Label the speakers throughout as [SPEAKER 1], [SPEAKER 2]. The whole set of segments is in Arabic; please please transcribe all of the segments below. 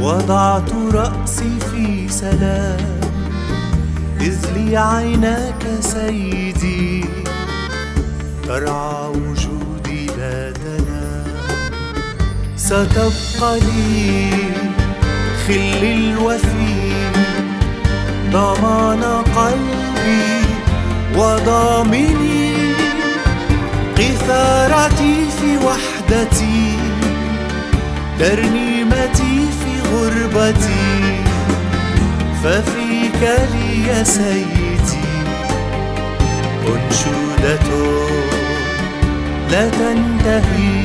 [SPEAKER 1] وضعت رأسي في سلام إذ لي عيناك سيدي ترعى وجودي لا تنام ستبقى لي خل الوفي ضمان قلبي وضامني قثارتي في وحدتي ترنيمتي في غربتي ففيك لي يا سيدي أنشودة لا تنتهي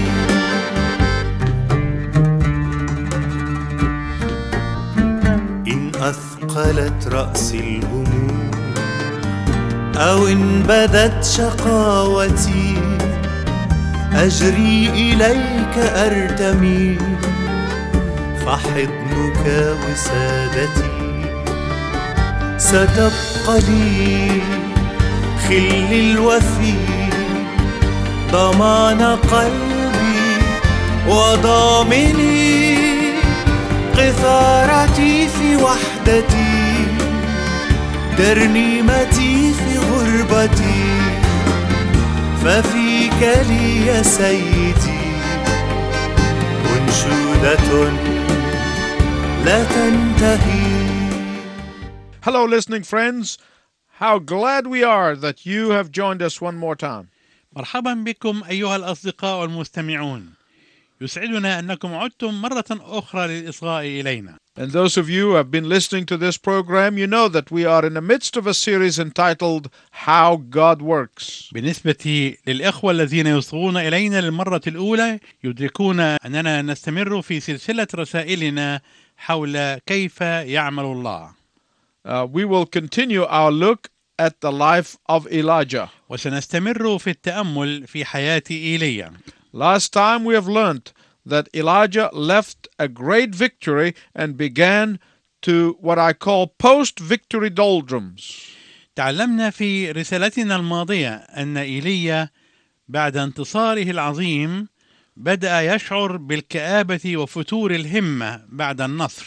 [SPEAKER 1] إن أثقلت رأسي الهموم أو إن بدت شقاوتي أجري إليك أرتمي فحضنك وسادتي ستبقى لي خل الوفي ضمان قلبي وضامني قثارتي في وحدتي ترنيمتي في غربتي ففيك لي يا سيدي أنشودة لا تنتهي
[SPEAKER 2] Hello, listening friends. How glad we are that you have joined us one more time.
[SPEAKER 3] مرحبا بكم أيها الأصدقاء المستمعون يسعدنا أنكم عدتم مرة أخرى للإصغاء إلينا
[SPEAKER 2] And those of you who have been listening to this program, you know that we are in the midst of a series entitled How God Works.
[SPEAKER 3] بالنسبة للإخوة الذين يصغون إلينا للمرة الأولى يدركون أننا نستمر في سلسلة رسائلنا حول كيف يعمل الله
[SPEAKER 2] Uh, we will continue our look at the life of Elijah.
[SPEAKER 3] وسنستمر في التأمل في حياة إيليا
[SPEAKER 2] Last time we have learned that Elijah left a great victory and began to what I call post victory doldrums.
[SPEAKER 3] تعلمنا في رسالتنا الماضية أن إيليا بعد انتصاره العظيم بدأ يشعر بالكآبة وفتور الهمة بعد النصر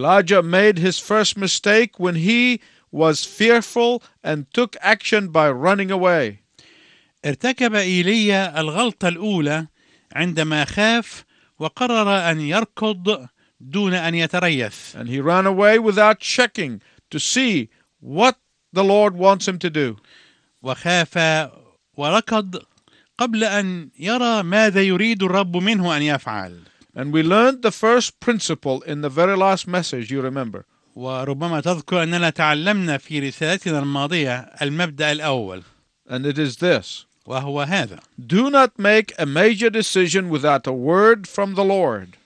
[SPEAKER 2] Elijah made his first mistake when he was fearful and took action by running away.
[SPEAKER 3] ارتكب إيليا الغلطة الأولى عندما خاف وقرر أن يركض دون أن يتريث
[SPEAKER 2] And he ran away without checking to see what the Lord wants him to do.
[SPEAKER 3] وخاف وركض قبل أن يرى ماذا يريد الرب منه أن يفعل
[SPEAKER 2] And we learned the first principle in the very last message, you remember.
[SPEAKER 3] وربما تذكر أننا تعلمنا في رسالتنا الماضية المبدأ الأول
[SPEAKER 2] And it is this
[SPEAKER 3] وهو هذا
[SPEAKER 2] Do not make a major decision without a word from the Lord.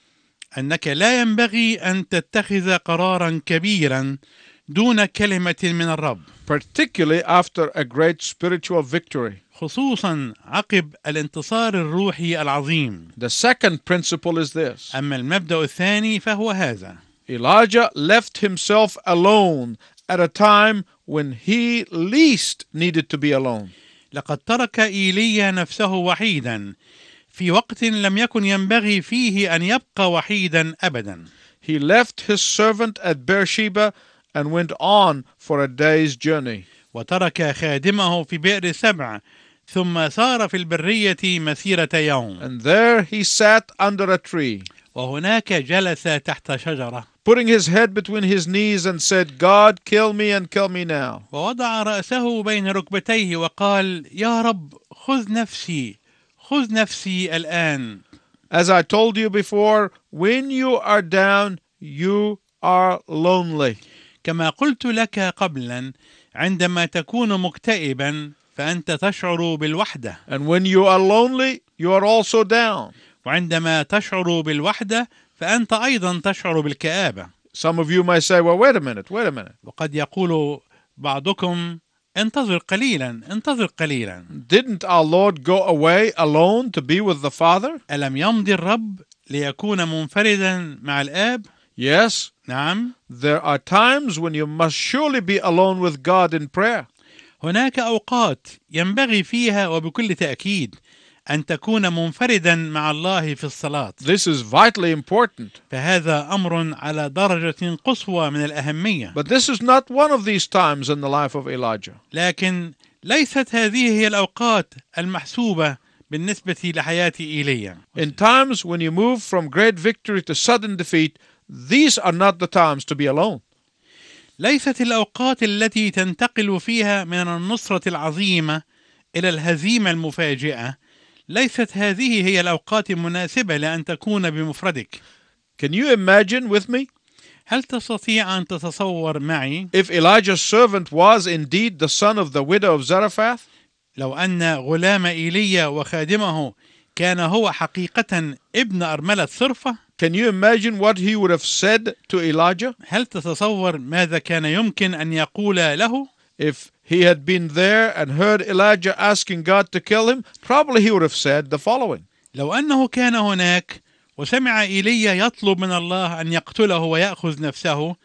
[SPEAKER 3] أنك لا ينبغي أن تتخذ قرارا كبيرا دون كلمة من الرب
[SPEAKER 2] particularly after a great spiritual victory.
[SPEAKER 3] خصوصا عقب الانتصار الروحي العظيم
[SPEAKER 2] The second principle is this
[SPEAKER 3] أما المبدأ الثاني فهو هذا
[SPEAKER 2] Elijah left himself alone at a time when he least needed to be alone.
[SPEAKER 3] لقد ترك إيليا نفسه وحيدا في وقت لم يكن ينبغي فيه أن يبقى وحيدا أبدا
[SPEAKER 2] He left his servant at Beersheba and went on for a day's journey.
[SPEAKER 3] وترك خادمه في بئر سبع ثم سار في البرية مسيرة يوم
[SPEAKER 2] And there he sat under a tree,
[SPEAKER 3] وهناك جلس تحت شجرة
[SPEAKER 2] putting his head between his knees and said, God, kill me and kill me now.
[SPEAKER 3] ووضع رأسه بين ركبتيه وقال يا رب خذ نفسي خذ نفسي الآن
[SPEAKER 2] As I told you before, when you are down, you are lonely.
[SPEAKER 3] كما قلت لك قبلا عندما تكون مكتئبا فأنت تشعر بالوحدة
[SPEAKER 2] And when you are lonely, you are also down.
[SPEAKER 3] وعندما تشعر بالوحدة فأنت أيضا تشعر بالكآبة
[SPEAKER 2] Some of you may say, well, wait a minute, wait a minute.
[SPEAKER 3] وقد يقول بعضكم انتظر قليلا انتظر قليلا
[SPEAKER 2] Didn't our Lord go away alone to be with the Father?
[SPEAKER 3] ألم يمضي الرب ليكون منفردا مع الآب
[SPEAKER 2] Yes,
[SPEAKER 3] نعم
[SPEAKER 2] there are times when you must surely be alone with God in prayer.
[SPEAKER 3] هناك أوقات ينبغي فيها وبكل تأكيد أن تكون منفردا مع الله في الصلاة
[SPEAKER 2] This is vitally important.
[SPEAKER 3] فهذا أمر على درجة قصوى من الأهمية
[SPEAKER 2] But this is not one of these times in the life of Elijah.
[SPEAKER 3] لكن ليست هذه هي الأوقات المحسوبة بالنسبة لحياة إيليا
[SPEAKER 2] In times when you move from great victory to sudden defeat, these are not the times to be alone.
[SPEAKER 3] ليست الأوقات التي تنتقل فيها من النصرة العظيمة إلى الهزيمة المفاجئة ليست هذه هي الأوقات المناسبة لأن تكون بمفردك
[SPEAKER 2] Can you imagine with me
[SPEAKER 3] هل تستطيع أن تتصور معي
[SPEAKER 2] if Elijah's servant was indeed the son of the widow of Zarephath?
[SPEAKER 3] لو أن غلام إيليا وخادمه كان هو حقيقة ابن أرملة صرفة
[SPEAKER 2] Can you imagine what he would have said to Elijah
[SPEAKER 3] هل تتصور ماذا كان يمكن أن يقول له
[SPEAKER 2] if he had been there and heard Elijah asking God to kill him? Probably he would have said the following
[SPEAKER 3] لو أنه كان هناك وسمع إيليا يطلب من الله أن يقتله ويأخذ نفسه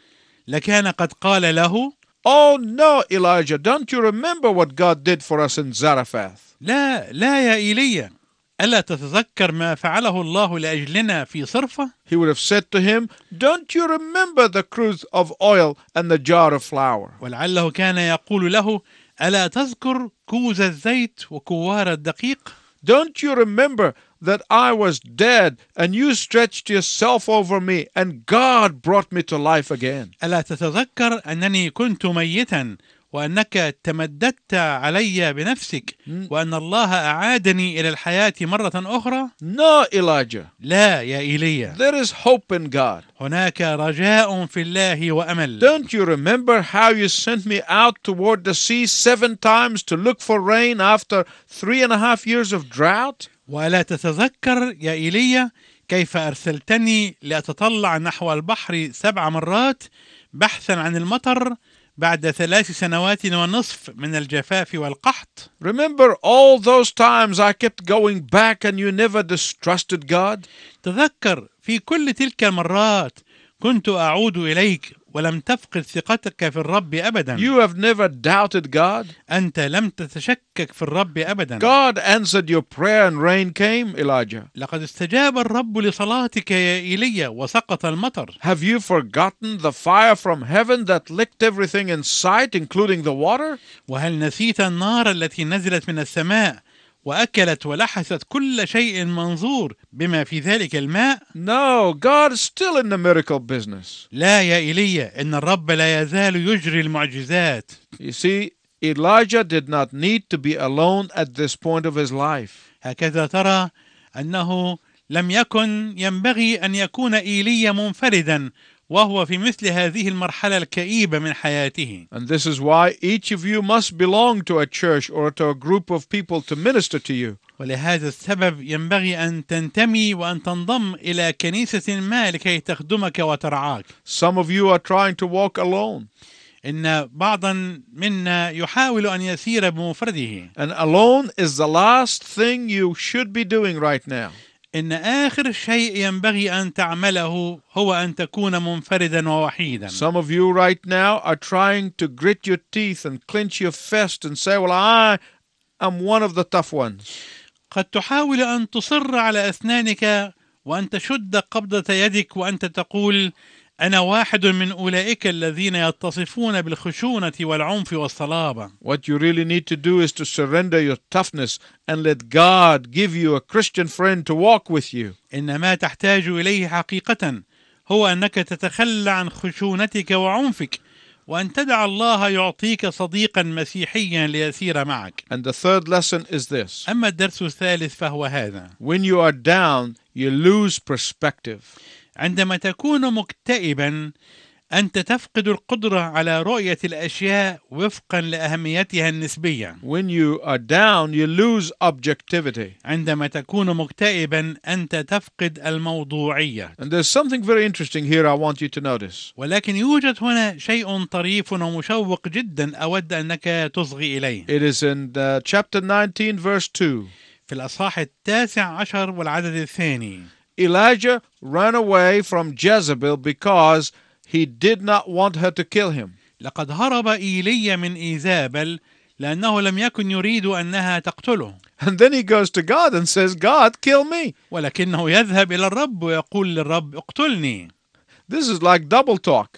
[SPEAKER 3] لكان قد قال له
[SPEAKER 2] Oh no, Elijah, don't you remember what God did for us in Zarephath?
[SPEAKER 3] لا لا يا إيليا ألا تتذكر ما فعله الله لأجلنا في صرفة
[SPEAKER 2] He would have said to him, Don't you remember the cruse of oil and the jar of flour?
[SPEAKER 3] ولعله كان يقول له ألا تذكر كوز الزيت وكوار الدقيق
[SPEAKER 2] Don't you remember that I was dead and you stretched yourself over me and God brought me to life again?
[SPEAKER 3] ألا تتذكر أنني كنت ميتا وأنك تمددت علي بنفسك وأن الله أعادني إلى الحياة مرة أخرى
[SPEAKER 2] No, Elijah,
[SPEAKER 3] لا يا إيليا
[SPEAKER 2] there is hope in God.
[SPEAKER 3] هناك رجاء في الله وأمل
[SPEAKER 2] Don't you remember how you sent me out toward the sea seven times to look for rain after three and a half years of drought?
[SPEAKER 3] ولا تتذكر يا إيليا كيف أرسلتني لأتطلع نحو البحر سبع مرات بحثا عن المطر بعد ثلاث سنوات ونصف من الجفاف والقحط
[SPEAKER 2] Remember all those times I kept going back and you never distrusted God?
[SPEAKER 3] تذكر في كل تلك المرات كنت أعود إليك ولم تفقد ثقتك في الرب أبدا
[SPEAKER 2] You have never doubted God?
[SPEAKER 3] أنت لم تتشكك في الرب أبدا
[SPEAKER 2] God answered your prayer and rain came, Elijah.
[SPEAKER 3] لقد استجاب الرب لصلاتك يا إيليا وسقط المطر
[SPEAKER 2] Have you forgotten the fire from heaven that licked everything in sight, including the water?
[SPEAKER 3] وهل نسيت النار التي نزلت من السماء وأكلت ولحست كل شيء منظور بما في ذلك الماء
[SPEAKER 2] No, God is still in the miracle business.
[SPEAKER 3] لا يا إيليا إن الرب لا يزال يجري المعجزات
[SPEAKER 2] You see, Elijah did not need to be alone at this point of his life.
[SPEAKER 3] هكذا ترى أنه لم يكن ينبغي أن يكون إيليا منفردا وهو في مثل هذه المرحلة الكئيبة من حياته
[SPEAKER 2] And this is why each of you must belong to a church or to a group of people to minister to you.
[SPEAKER 3] ولهذا السبب ينبغي أن تنتمي وأن تنضم إلى كنيسة ما لكي تخدمك وترعاك
[SPEAKER 2] Some of you are trying to walk alone,
[SPEAKER 3] إن بعضا منا يحاول أن يسير بمفرده
[SPEAKER 2] and alone is the last thing you should be doing right now.
[SPEAKER 3] إن آخر شيء ينبغي أن تعمله هو أن تكون منفردا ووحيدا
[SPEAKER 2] Some of you right now are trying to grit your teeth and clench your fist and say, Well, I am one of the tough ones.
[SPEAKER 3] قد تحاول أن تصر على أسنانك وأن تشد قبضة يدك وأنت تقول أنا واحد من أولئك الذين يتصفون بالخشونة والعنف والصلابة
[SPEAKER 2] What you really need to do is to surrender your toughness and let God give you a Christian friend to walk with you.
[SPEAKER 3] إن ما تحتاج إليه حقيقة هو أنك تتخلى عن خشونتك وعنفك وأن تدع الله يعطيك صديقا مسيحيا ليسير معك
[SPEAKER 2] And the third lesson is this
[SPEAKER 3] أما الدرس الثالث فهو هذا
[SPEAKER 2] when you are down, you lose perspective.
[SPEAKER 3] عندما تكون مكتئبا انت تفقد القدره على رؤيه الاشياء وفقا لاهميتها النسبيه
[SPEAKER 2] When you are down, you lose objectivity.
[SPEAKER 3] عندما تكون مكتئبا انت تفقد الموضوعيه
[SPEAKER 2] And there's something very interesting here I want you to notice.
[SPEAKER 3] ولكن يوجد هنا شيء طريف ومشوق جدا اود انك تصغي اليه
[SPEAKER 2] It is in uh, chapter 19, verse 2.
[SPEAKER 3] في الاصحاح التاسع عشر والعدد الثاني
[SPEAKER 2] Elijah ran away from Jezebel because he did not want her to kill him.
[SPEAKER 3] لقد هرب ايليا من ايزابل لانه لم يكن يريد انها تقتله
[SPEAKER 2] And then he goes to God and says, God, kill me.
[SPEAKER 3] ولكنه يذهب إلى الرب ويقول للرب اقتلني
[SPEAKER 2] This is like double talk.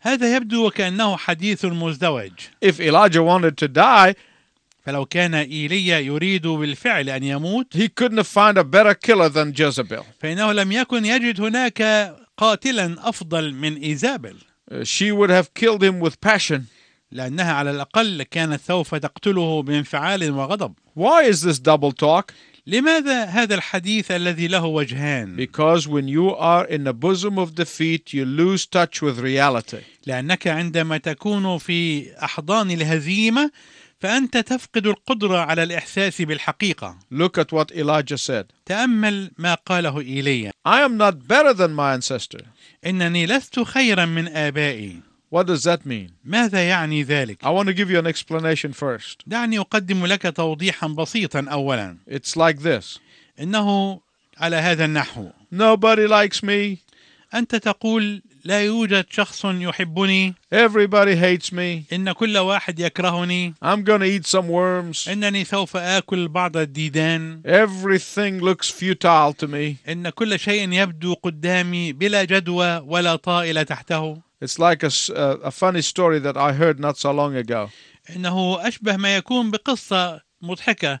[SPEAKER 3] هذا يبدو وكأنه حديث مزدوج
[SPEAKER 2] If Elijah wanted to die,
[SPEAKER 3] فلو كان إيليا يريد بالفعل أن يموت
[SPEAKER 2] he couldn't have found a better killer than Jezebel.
[SPEAKER 3] فإنه لم يكن يجد هناك قاتلا أفضل من إيزابل
[SPEAKER 2] Uh, She would have killed him with passion.
[SPEAKER 3] لأنها على الأقل كانت سوف تقتله بانفعال وغضب
[SPEAKER 2] Why is this double talk?
[SPEAKER 3] لماذا هذا الحديث الذي له وجهان؟
[SPEAKER 2] Because when you are in the bosom of defeat, you lose touch with reality.
[SPEAKER 3] لأنك عندما تكون في أحضان الهزيمة فأنت تفقد القدرة على الإحساس بالحقيقة
[SPEAKER 2] Look at what Elijah said
[SPEAKER 3] تأمل ما قاله إيليا
[SPEAKER 2] I am not better than my ancestor.
[SPEAKER 3] إنني لست خيرا من آبائي
[SPEAKER 2] What does that mean?
[SPEAKER 3] ماذا يعني ذلك؟
[SPEAKER 2] I want to give you an explanation first.
[SPEAKER 3] دعني أقدم لك توضيحا بسيطا أولا
[SPEAKER 2] It's like this
[SPEAKER 3] إنه على هذا النحو
[SPEAKER 2] Nobody likes me.
[SPEAKER 3] أنت تقول لا يوجد شخص يحبني
[SPEAKER 2] Everybody hates me.
[SPEAKER 3] إن كل واحد يكرهني
[SPEAKER 2] I'm going to eat some worms.
[SPEAKER 3] إنني سوف آكل بعض الديدان
[SPEAKER 2] Everything looks futile to me.
[SPEAKER 3] إن كل شيء يبدو قدامي بلا جدوى ولا طائلة تحته
[SPEAKER 2] It's like a, s- uh, a funny story that I heard not so long ago.
[SPEAKER 3] إنه أشبه ما يكون بقصة مضحكة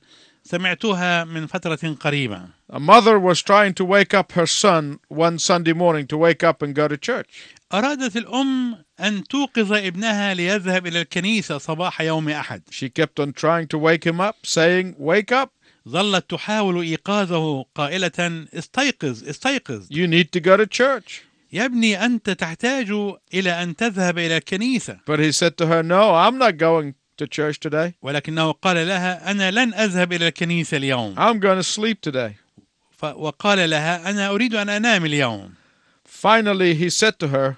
[SPEAKER 3] سمعتها من فترة قريبة
[SPEAKER 2] A mother was trying to wake up her son one Sunday morning to wake up and go to church.
[SPEAKER 3] أرادت الأم أن توقظ ابنها ليذهب إلى الكنيسة صباح يوم أحد
[SPEAKER 2] She kept on trying to wake him up, saying, Wake up,
[SPEAKER 3] ظلت تحاول إيقاظه قائلة استيقظ استيقظ
[SPEAKER 2] you need to go to church.
[SPEAKER 3] يا ابني أنت تحتاج إلى أن تذهب إلى الكنيسة
[SPEAKER 2] But he said to her, No, I'm not going to church today.
[SPEAKER 3] ولكنه قال لها أنا لن أذهب إلى الكنيسة اليوم
[SPEAKER 2] I'm going to sleep today.
[SPEAKER 3] ف... وقال لها أنا أريد أن أنام اليوم
[SPEAKER 2] Finally, he said to her,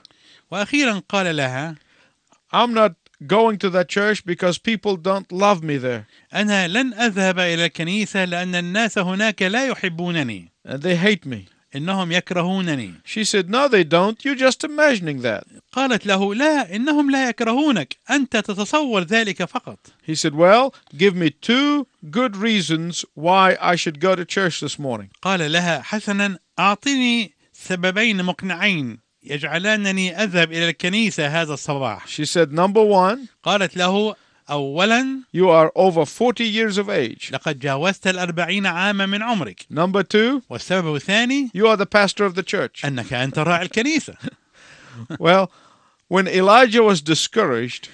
[SPEAKER 3] وأخيرا قال لها
[SPEAKER 2] I'm not going to that church because people don't love me there
[SPEAKER 3] أنا لن أذهب إلى الكنيسة لأن الناس هناك لا يحبونني
[SPEAKER 2] and they hate me.
[SPEAKER 3] إنهم يكرهونني
[SPEAKER 2] She said, No, they don't. You're just imagining that.
[SPEAKER 3] قالت له لا إنهم لا يكرهونك أنت تتصور ذلك فقط
[SPEAKER 2] He said, Well, give me two good reasons why I should go to church this morning.
[SPEAKER 3] قال لها حسنا أعطني سببين مقنعين يجعلانني أذهب إلى الكنيسة هذا الصباح
[SPEAKER 2] She said, Number one,
[SPEAKER 3] قالت له أولا
[SPEAKER 2] you are over 40 years of age.
[SPEAKER 3] لقد جاوزت الأربعين عاما من عمرك
[SPEAKER 2] Number two,
[SPEAKER 3] والسبب الثاني
[SPEAKER 2] you are the pastor of the church.
[SPEAKER 3] أنك أنت راعي الكنيسة
[SPEAKER 2] well, when Elijah was discouraged,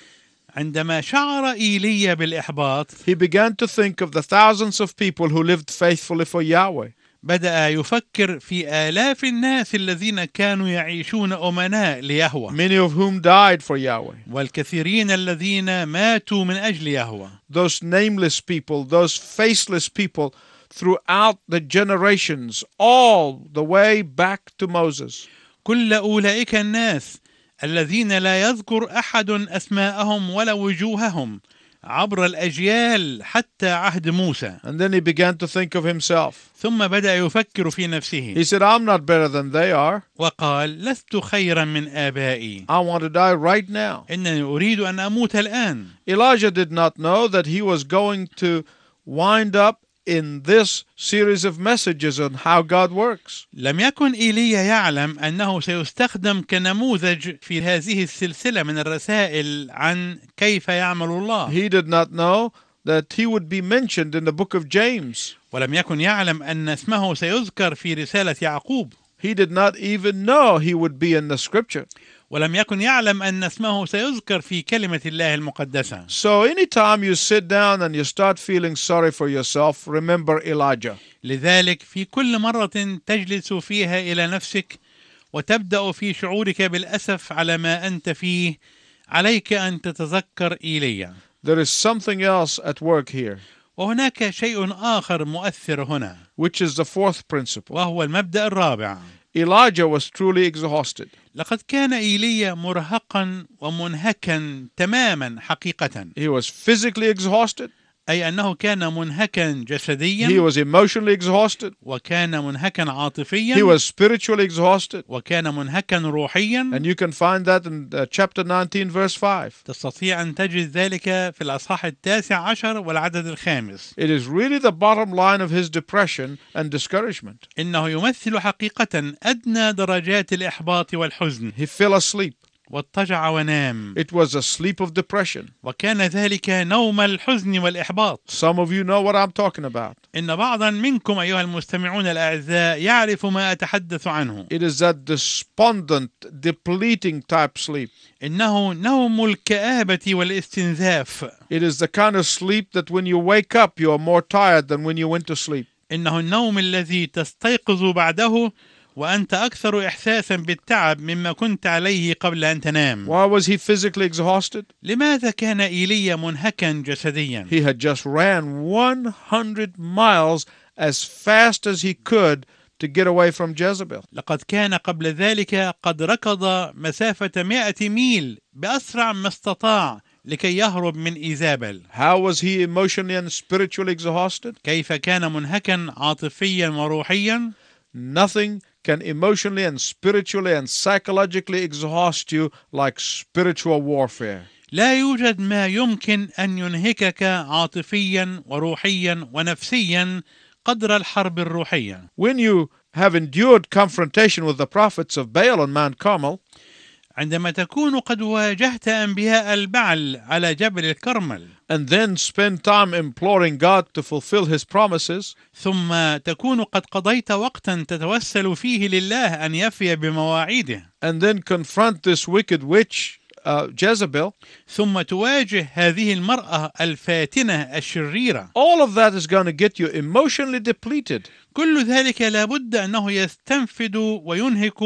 [SPEAKER 3] عندما شعر إيليا بالإحباط
[SPEAKER 2] he began to think of the thousands of people who lived faithfully for Yahweh.
[SPEAKER 3] بدأ يفكر في آلاف الناس الذين كانوا يعيشون أمناء ليهوى
[SPEAKER 2] many of whom died for Yahweh.
[SPEAKER 3] والكثيرين الذين ماتوا من أجل يهوى
[SPEAKER 2] Those nameless people, those faceless people throughout the generations, all the way back to Moses.
[SPEAKER 3] كل أولئك الناس الذين لا يذكر أحد أسماءهم ولا وجوههم عبر الأجيال حتى عهد موسى
[SPEAKER 2] And then he began to think of himself.
[SPEAKER 3] ثم بدأ يفكر في نفسه
[SPEAKER 2] He said, I'm not better than they are.
[SPEAKER 3] وقال لست خيرا من آبائي
[SPEAKER 2] I want to die right now.
[SPEAKER 3] إنني أريد أن أموت الآن
[SPEAKER 2] Elijah did not know that he was going to wind up in this series of messages on how God works.
[SPEAKER 3] لم يكن إيليا يعلم أنه سيستخدم كنموذج في هذه السلسلة من الرسائل عن كيف يعمل الله
[SPEAKER 2] He did not know that he would be mentioned in the book of James.
[SPEAKER 3] ولم يكن يعلم أن اسمه سيذكر في رسالة يعقوب
[SPEAKER 2] He did not even know he would be in the scripture.
[SPEAKER 3] ولم يكن يعلم أن اسمه سيذكر في كلمة الله المقدسة
[SPEAKER 2] So, anytime you sit down and you start feeling sorry for yourself, remember Elijah.
[SPEAKER 3] لذلك في كل مرة تجلس فيها إلى نفسك وتبدأ في شعورك بالأسف على ما أنت فيه عليك أن تتذكر إيليا
[SPEAKER 2] There is something else at work here,
[SPEAKER 3] وهناك شيء آخر مؤثر هنا
[SPEAKER 2] which is the fourth principle.
[SPEAKER 3] وهو المبدأ الرابع
[SPEAKER 2] Elijah was truly exhausted.
[SPEAKER 3] لقد كان إيليا مرهقا ومنهكا تماما حقيقة
[SPEAKER 2] He was physically exhausted,
[SPEAKER 3] أي أنه كان منهكا
[SPEAKER 2] He
[SPEAKER 3] جسديا
[SPEAKER 2] was emotionally exhausted.
[SPEAKER 3] وكان منهكا
[SPEAKER 2] He
[SPEAKER 3] عاطفيا
[SPEAKER 2] was spiritually exhausted.
[SPEAKER 3] وكان منهكا روحيا
[SPEAKER 2] And you can find that in uh, chapter 19, verse 5.
[SPEAKER 3] تستطيع أن تجد ذلك في الأصحاح التاسع عشر والعدد الخامس
[SPEAKER 2] It is really the bottom line of his depression and discouragement.
[SPEAKER 3] إنه يمثل حقيقة أدنى درجات الإحباط والحزن
[SPEAKER 2] He fell asleep.
[SPEAKER 3] واضطجع ونام
[SPEAKER 2] It was a sleep of depression.
[SPEAKER 3] وكان ذلك نوم الحزن والإحباط
[SPEAKER 2] Some of you know what I'm talking about.
[SPEAKER 3] إن بعضا منكم أيها المستمعون الأعزاء يعرف ما أتحدث عنه
[SPEAKER 2] It is that despondent, depleting type sleep.
[SPEAKER 3] إنه نوم الكآبة والاستنزاف
[SPEAKER 2] It is the kind of sleep that when you wake up, you are more tired than when you went to sleep.
[SPEAKER 3] إنه النوم الذي تستيقظ بعده وأنت أكثر إحساسا بالتعب مما كنت عليه قبل أن تنام
[SPEAKER 2] Why was he physically exhausted?
[SPEAKER 3] لماذا كان إيليا منهكا جسديا؟
[SPEAKER 2] He had just ran 100 miles as fast as he could to get away from Jezebel.
[SPEAKER 3] لقد كان قبل ذلك قد ركض مسافة مائة ميل بأسرع ما استطاع لكي يهرب من إيزابل
[SPEAKER 2] How was he emotionally and spiritually exhausted?
[SPEAKER 3] كيف كان منهكا عاطفيا وروحيا
[SPEAKER 2] Nothing can emotionally and spiritually and psychologically exhaust you like spiritual warfare.
[SPEAKER 3] لا يوجد ما يمكن أن ينهكك عاطفيا وروحيا ونفسيا قدر الحرب الروحية
[SPEAKER 2] When you have endured confrontation with the prophets of Baal on Mount Carmel,
[SPEAKER 3] عندما تكون قد واجهت أنبياء البعل على جبل الكرمل
[SPEAKER 2] and then spend time imploring God to fulfill his promises,
[SPEAKER 3] ثم تكون قد قضيت وقتا تتوسل فيه لله أن يفي بمواعيده
[SPEAKER 2] and then confront this wicked witch, uh, Jezebel,
[SPEAKER 3] ثم تواجه هذه المرأة الفاتنة الشريرة
[SPEAKER 2] all of that is going to get you emotionally depleted.
[SPEAKER 3] كل ذلك لابد أنه يستنفد وينهك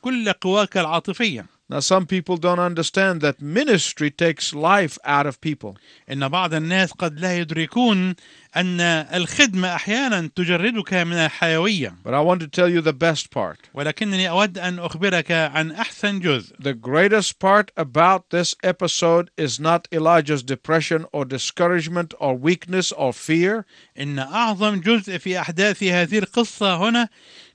[SPEAKER 3] كل قواك العاطفية
[SPEAKER 2] Now, some people don't understand that ministry takes life out of people.
[SPEAKER 3] إن بعض الناس قد لا يدركون أن الخدمة أحيانا تجردك من الحيوية
[SPEAKER 2] But I want to tell you the best part.
[SPEAKER 3] ولكنني أود أن أخبرك عن أحسن جزء
[SPEAKER 2] The greatest part about this episode is not Elijah's depression or discouragement or weakness or fear.
[SPEAKER 3] إن أعظم جزء في أحداث هذه القصة هنا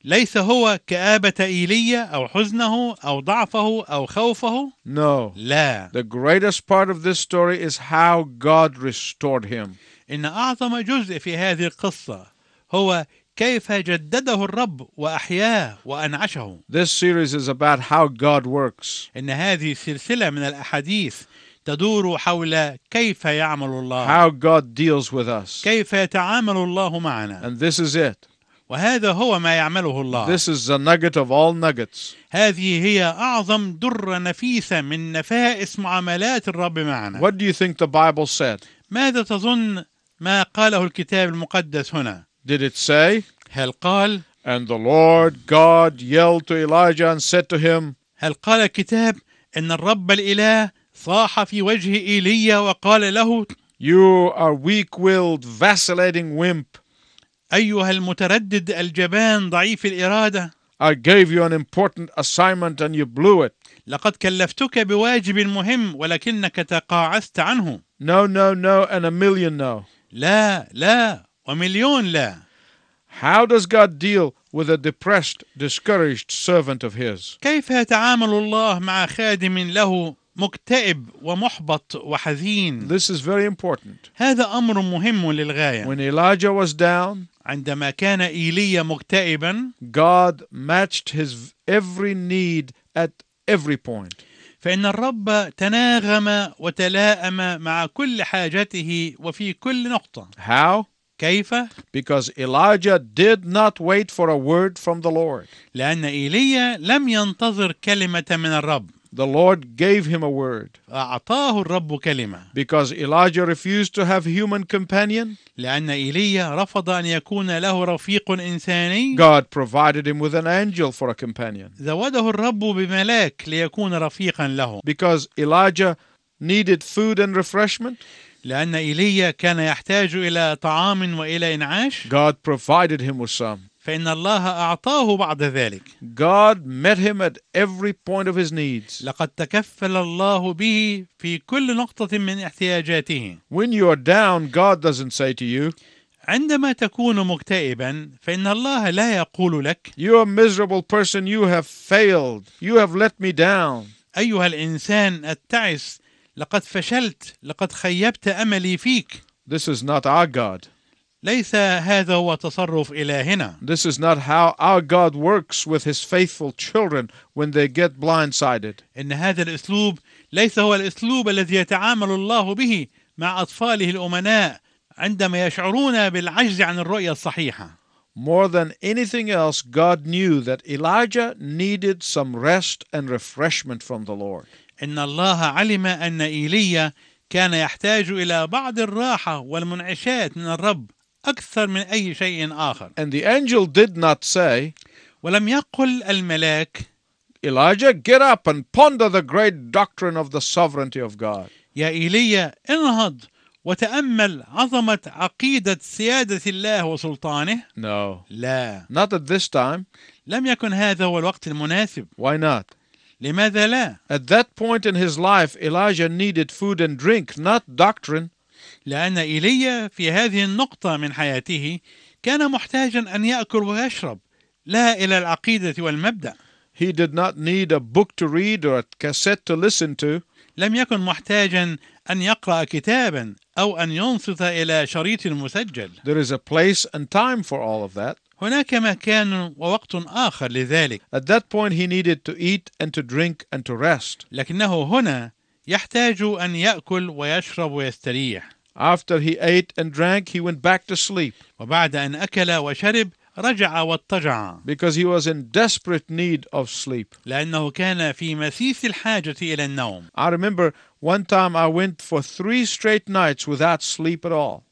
[SPEAKER 3] ليس هو كآبة إيليا أو حزنه أو ضعفه أو خوفه
[SPEAKER 2] No.
[SPEAKER 3] لا
[SPEAKER 2] The greatest part of this story is how God restored him.
[SPEAKER 3] إن أعظم جزء في هذه القصة هو كيف جدده الرب وأحياه وأنعشه
[SPEAKER 2] This series is about how God works,
[SPEAKER 3] إن هذه سلسلة من الأحاديث تدور حول كيف يعمل الله
[SPEAKER 2] how God deals with us.
[SPEAKER 3] كيف يتعامل الله معنا
[SPEAKER 2] And this is it.
[SPEAKER 3] وهذا هو ما يعمله الله
[SPEAKER 2] This is the nugget of all nuggets.
[SPEAKER 3] هذه هي أعظم درة نفيسة من نفائس معاملات الرب معنا
[SPEAKER 2] What do you think the Bible said?
[SPEAKER 3] ماذا تظن ما قاله الكتاب المقدس هنا
[SPEAKER 2] Did it say,
[SPEAKER 3] هل قال
[SPEAKER 2] And the Lord God yelled to Elijah and said to him,
[SPEAKER 3] هل قال الكتاب إن الرب الإله صاح في وجه إيليا وقال له
[SPEAKER 2] You are weak willed, vacillating wimp.
[SPEAKER 3] أيها المتردد الجبان ضعيف الإرادة
[SPEAKER 2] I gave you an important assignment and you blew it.
[SPEAKER 3] لقد كلفتك بواجب مهم ولكنك تقاعست عنه
[SPEAKER 2] No, no, no, and a million no.
[SPEAKER 3] لا لا ومليون لا
[SPEAKER 2] How does God deal with a depressed, discouraged servant of His?
[SPEAKER 3] كيف يتعامل الله مع خادم له مكتئب ومحبط وحزين
[SPEAKER 2] This is very important.
[SPEAKER 3] هذا أمر مهم للغاية
[SPEAKER 2] When Elijah was down,
[SPEAKER 3] عندما كان إيليا مكتئبا
[SPEAKER 2] God matched his every need at every point.
[SPEAKER 3] فإن الرب تناغم وتلاءم مع كل حاجته وفي كل نقطة
[SPEAKER 2] How?
[SPEAKER 3] كيف؟
[SPEAKER 2] Because Elijah did not wait for a word from the Lord.
[SPEAKER 3] لأن إيليا لم ينتظر كلمة من الرب
[SPEAKER 2] The Lord gave him a word.
[SPEAKER 3] أعطاه الرب كلمة
[SPEAKER 2] Because Elijah refused to have human companion,
[SPEAKER 3] لأن إيليا رفض أن يكون له رفيق إنساني
[SPEAKER 2] God provided him with an angel for a companion.
[SPEAKER 3] زوده الرب بملاك ليكون رفيقا له
[SPEAKER 2] Because Elijah needed food and refreshment,
[SPEAKER 3] لأن إيليا كان يحتاج إلى طعام وإلى إنعاش
[SPEAKER 2] God provided him with some.
[SPEAKER 3] فإن الله أعطاه بعد ذلك
[SPEAKER 2] God met him at every point of his needs.
[SPEAKER 3] لقد تكفل الله به في كل نقطة من احتياجاته
[SPEAKER 2] When you are down, God doesn't say to you,
[SPEAKER 3] عندما تكون مكتئبا فإن الله لا يقول لك
[SPEAKER 2] You are a miserable person, you have failed, you have let me down.
[SPEAKER 3] أيها الإنسان التعس لقد فشلت لقد خيبت أملي فيك
[SPEAKER 2] This is not our God.
[SPEAKER 3] ليس هذا هو تصرف إلهنا
[SPEAKER 2] This is not how our God works with his faithful children when they get blindsided.
[SPEAKER 3] إن هذا الأسلوب ليس هو الأسلوب الذي يتعامل الله به مع أطفاله الأمناء عندما يشعرون بالعجز عن الرؤية الصحيحة
[SPEAKER 2] More than anything else, God knew that Elijah needed some rest and refreshment from the Lord.
[SPEAKER 3] إن الله علم أن إيليا كان يحتاج إلى بعض الراحة والمنعشات من الرب أكثر من أي شيء آخر
[SPEAKER 2] And the angel did not say,
[SPEAKER 3] ولم يقل الملاك
[SPEAKER 2] Elijah, get up and ponder the great doctrine of the sovereignty of God.
[SPEAKER 3] يا إيليا انهض وتأمل عظمة عقيدة سيادة الله وسلطانه
[SPEAKER 2] No,
[SPEAKER 3] لا
[SPEAKER 2] not at this time.
[SPEAKER 3] لم يكن هذا هو الوقت المناسب
[SPEAKER 2] Why not?
[SPEAKER 3] لماذا لا
[SPEAKER 2] At that point in his life, Elijah needed food and drink, not doctrine.
[SPEAKER 3] لأن إيليا في هذه النقطة من حياته كان محتاجا أن يأكل ويشرب لا إلى العقيدة والمبدأ
[SPEAKER 2] He did not need a book to read or a cassette to listen to.
[SPEAKER 3] لم يكن محتاجا أن يقرأ كتابا أو أن ينصت إلى شريط مسجل
[SPEAKER 2] There is a place and time for all of that.
[SPEAKER 3] هناك مكان ووقت آخر لذلك
[SPEAKER 2] At that point, he needed to eat and to drink and to rest.
[SPEAKER 3] لكنه هنا يحتاج أن يأكل ويشرب ويستريح
[SPEAKER 2] After he ate and drank, he went back to sleep
[SPEAKER 3] وبعد أن أكل وشرب رجع واضطجع
[SPEAKER 2] because he was in desperate need of sleep.
[SPEAKER 3] لأنه كان في مسيس الحاجة إلى النوم
[SPEAKER 2] I remember one time I went for three straight nights without sleep at all.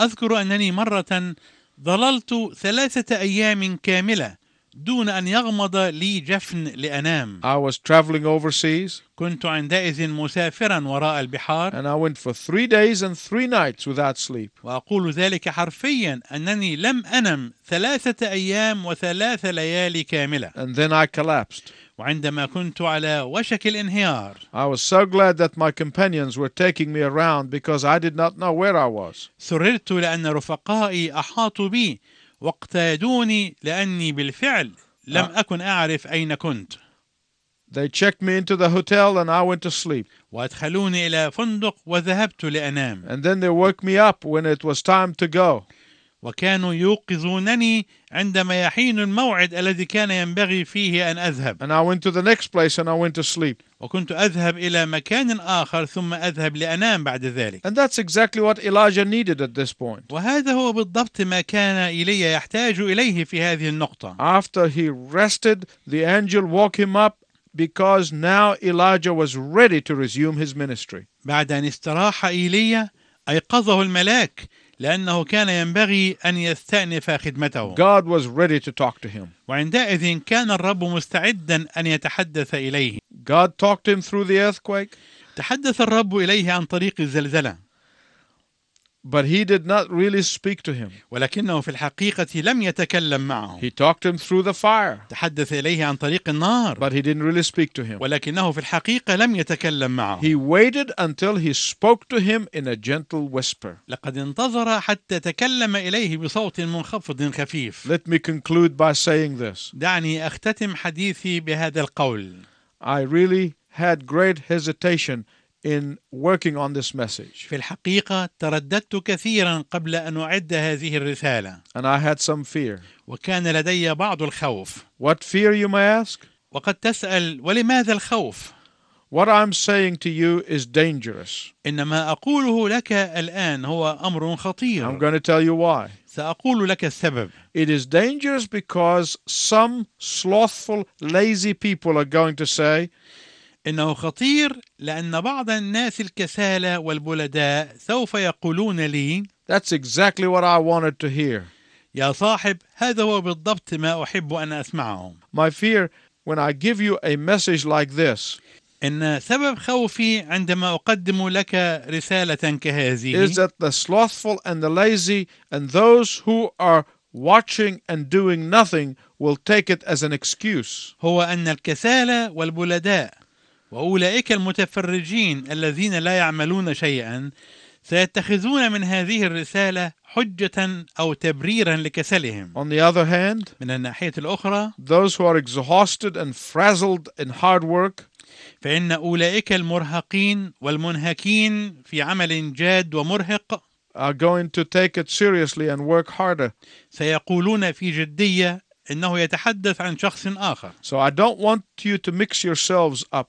[SPEAKER 3] أذكر أنني مرة ظللت ثلاثة أيام كاملة دون أن يغمض لي جفن لأنام
[SPEAKER 2] I was traveling overseas
[SPEAKER 3] كنت عندئذ مسافرا وراء البحار
[SPEAKER 2] and I went for three days and three nights without sleep.
[SPEAKER 3] وأقول ذلك حرفيا أنني لم أنم ثلاثة أيام وثلاث ليالي كاملة
[SPEAKER 2] And then I collapsed.
[SPEAKER 3] وعندما كنت على وشك الانهيار
[SPEAKER 2] I was so glad that my companions were taking me around because I did not know where I was.
[SPEAKER 3] سررت لأن رفقائي أحاطوا بي واقتادوني لأني بالفعل لم أكن أعرف أين كنت
[SPEAKER 2] They checked me into the hotel and I went to sleep.
[SPEAKER 3] وأدخلوني إلى فندق وذهبت لأنام
[SPEAKER 2] And then they woke me up when it was time to go.
[SPEAKER 3] وكانوا يوقظونني عندما يحين الموعد الذي كان ينبغي فيه أن أذهب
[SPEAKER 2] And I went to the next place and I went to sleep.
[SPEAKER 3] وكنت أذهب إلى مكان آخر ثم أذهب لأنام بعد ذلك
[SPEAKER 2] And that's exactly what Elijah needed at this point.
[SPEAKER 3] وهذا هو بالضبط ما كان إيليا يحتاج إليه في هذه النقطة
[SPEAKER 2] After he rested, the angel woke him up because now Elijah was ready to resume his ministry.
[SPEAKER 3] بعد أن استراح إيليا أيقظه الملاك لأنه كان ينبغي أن يستأنف خدمته
[SPEAKER 2] God was ready to talk to him.
[SPEAKER 3] وعندئذ كان الرب مستعدا أن يتحدث إليه
[SPEAKER 2] God talked to him through the earthquake,
[SPEAKER 3] تحدث الرب إليه عن طريق الزلزلة
[SPEAKER 2] but he did not really speak to him.
[SPEAKER 3] ولكنه في الحقيقة لم يتكلم معه
[SPEAKER 2] He talked to him through the fire,
[SPEAKER 3] تحدث إليه عن طريق النار
[SPEAKER 2] but he didn't really speak to him.
[SPEAKER 3] ولكنه في الحقيقة لم يتكلم معه
[SPEAKER 2] He waited until he spoke to him in a gentle whisper.
[SPEAKER 3] لقد انتظر حتى تكلم إليه بصوت منخفض خفيف
[SPEAKER 2] Let me conclude by saying this.
[SPEAKER 3] دعني أختتم حديثي بهذا القول
[SPEAKER 2] I really had great hesitation in working on this message,
[SPEAKER 3] في الحقيقة ترددت كثيرا قبل أن أعد هذه الرسالة
[SPEAKER 2] and I had some fear.
[SPEAKER 3] وكان لدي بعض الخوف
[SPEAKER 2] What fear, you may ask?
[SPEAKER 3] وقد تسأل ولماذا الخوف؟
[SPEAKER 2] What I'm saying to you is dangerous.
[SPEAKER 3] إن ما أقوله لك الآن هو أمر
[SPEAKER 2] I'm
[SPEAKER 3] خطير
[SPEAKER 2] going to tell you why.
[SPEAKER 3] سأقول لك السبب
[SPEAKER 2] It is dangerous because some slothful, lazy people are going to say,
[SPEAKER 3] إنه خطير لأن بعض الناس الكسالى والبلداء سوف يقولون لي
[SPEAKER 2] That's exactly what I wanted to hear.
[SPEAKER 3] يا صاحب هذا هو بالضبط ما أحب أن أسمعه
[SPEAKER 2] My fear when I give you a message like this
[SPEAKER 3] إن سبب خوفي عندما أقدم لك رسالة
[SPEAKER 2] is
[SPEAKER 3] كهذه
[SPEAKER 2] that the slothful and the lazy and those who are watching and doing nothing will take it as an excuse.
[SPEAKER 3] هو أن الكسالى والبلداء وأولئك المتفرجين الذين لا يعملون شيئا سيتخذون من هذه الرسالة حجة أو تبريرا لكسلهم
[SPEAKER 2] On the other hand,
[SPEAKER 3] من الناحية الأخرى
[SPEAKER 2] those who are exhausted and frazzled in hard work
[SPEAKER 3] فإن أولئك المرهقين والمنهكين في عمل جاد ومرهق
[SPEAKER 2] are going to take it seriously and work harder.
[SPEAKER 3] سيقولون في جدية إنه يتحدث عن شخص آخر
[SPEAKER 2] So I don't want you to mix yourselves up.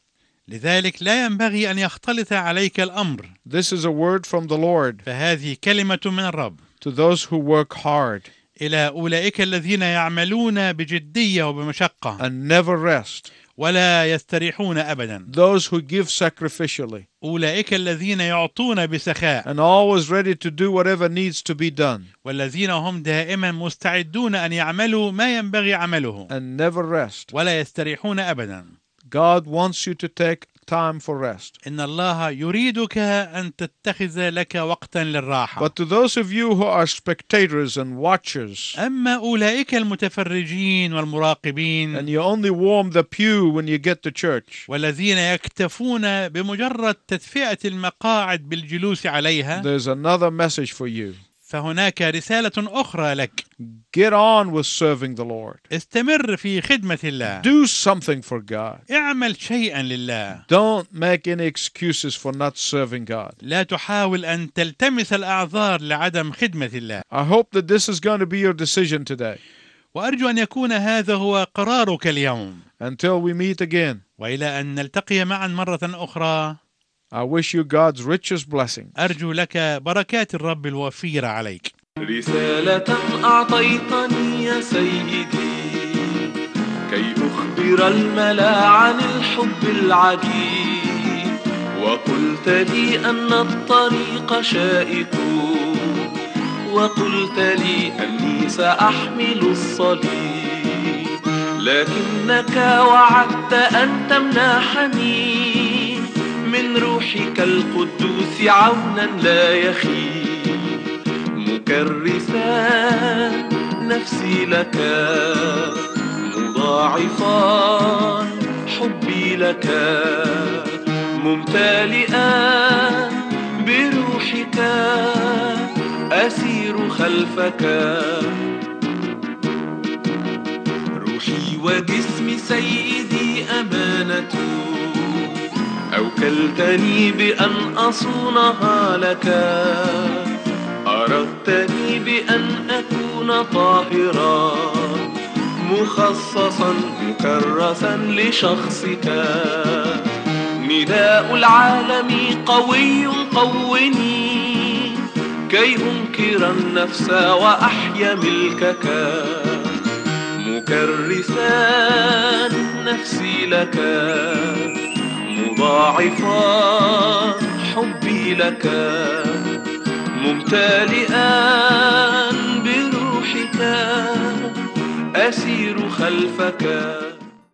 [SPEAKER 3] لذلك لا ينبغي أن يختلط عليك الأمر
[SPEAKER 2] This is a word from the Lord
[SPEAKER 3] فهذه كلمة من الرب
[SPEAKER 2] to those who work hard
[SPEAKER 3] إلى أولئك الذين يعملون بجدية وبمشقة
[SPEAKER 2] and never rest,
[SPEAKER 3] ولا يستريحون أبدا
[SPEAKER 2] those who give sacrificially
[SPEAKER 3] أولئك الذين يعطون بسخاء
[SPEAKER 2] and always ready to do whatever needs to be done
[SPEAKER 3] والذين هم دائما مستعدون أن يعملوا ما ينبغي عمله
[SPEAKER 2] and never rest.
[SPEAKER 3] ولا يستريحون أبدا
[SPEAKER 2] God wants you to take time for rest.
[SPEAKER 3] إن الله يريدك أن تتخذ لك وقتا للراحة
[SPEAKER 2] But to those of you who are spectators and watchers,
[SPEAKER 3] أما أولئك المتفرجين والمراقبين
[SPEAKER 2] and you only warm the pew when you get to church,
[SPEAKER 3] والذين يكتفون بمجرد تدفئة المقاعد بالجلوس عليها
[SPEAKER 2] there's another message for you.
[SPEAKER 3] فهناك رسالة أخرى لك
[SPEAKER 2] Get on with serving the Lord.
[SPEAKER 3] استمر في خدمة الله
[SPEAKER 2] Do something for God.
[SPEAKER 3] اعمل شيئا لله
[SPEAKER 2] Don't make any excuses for not serving God.
[SPEAKER 3] لا تحاول أن تلتمس الأعذار لعدم خدمة الله
[SPEAKER 2] I hope that this is going to be your decision today.
[SPEAKER 3] وأرجو أن يكون هذا هو قرارك اليوم
[SPEAKER 2] Until we meet again,
[SPEAKER 3] وإلى أن نلتقي معا مرة أخرى
[SPEAKER 2] I wish you God's richest blessing.
[SPEAKER 3] أرجو لك بركات الرب الوفيرة عليك
[SPEAKER 4] رسالة أعطيتني يا سيدي كي أخبر الملا عن الحب العجيب وقلت لي أن الطريق شائك وقلت لي أني سأحمل الصليب لكنك وعدت أن تمنحني من روحك القدوس عونا لا يخيب مكرسا نفسي لك مضاعفا حبي لك ممتلئا بروحك أسير خلفك روحي وجسمي سيدي أمانة أوكلتني بأن أصونها لك أردتني بأن أكون طاهرا مخصصا مكرسا لشخصك نداء العالم قوي قوني كي أنكر النفس وأحيا ملكك مكرسا نفسي لك مضاعفا حبي لك ممتلئا بروحك أسير خلفك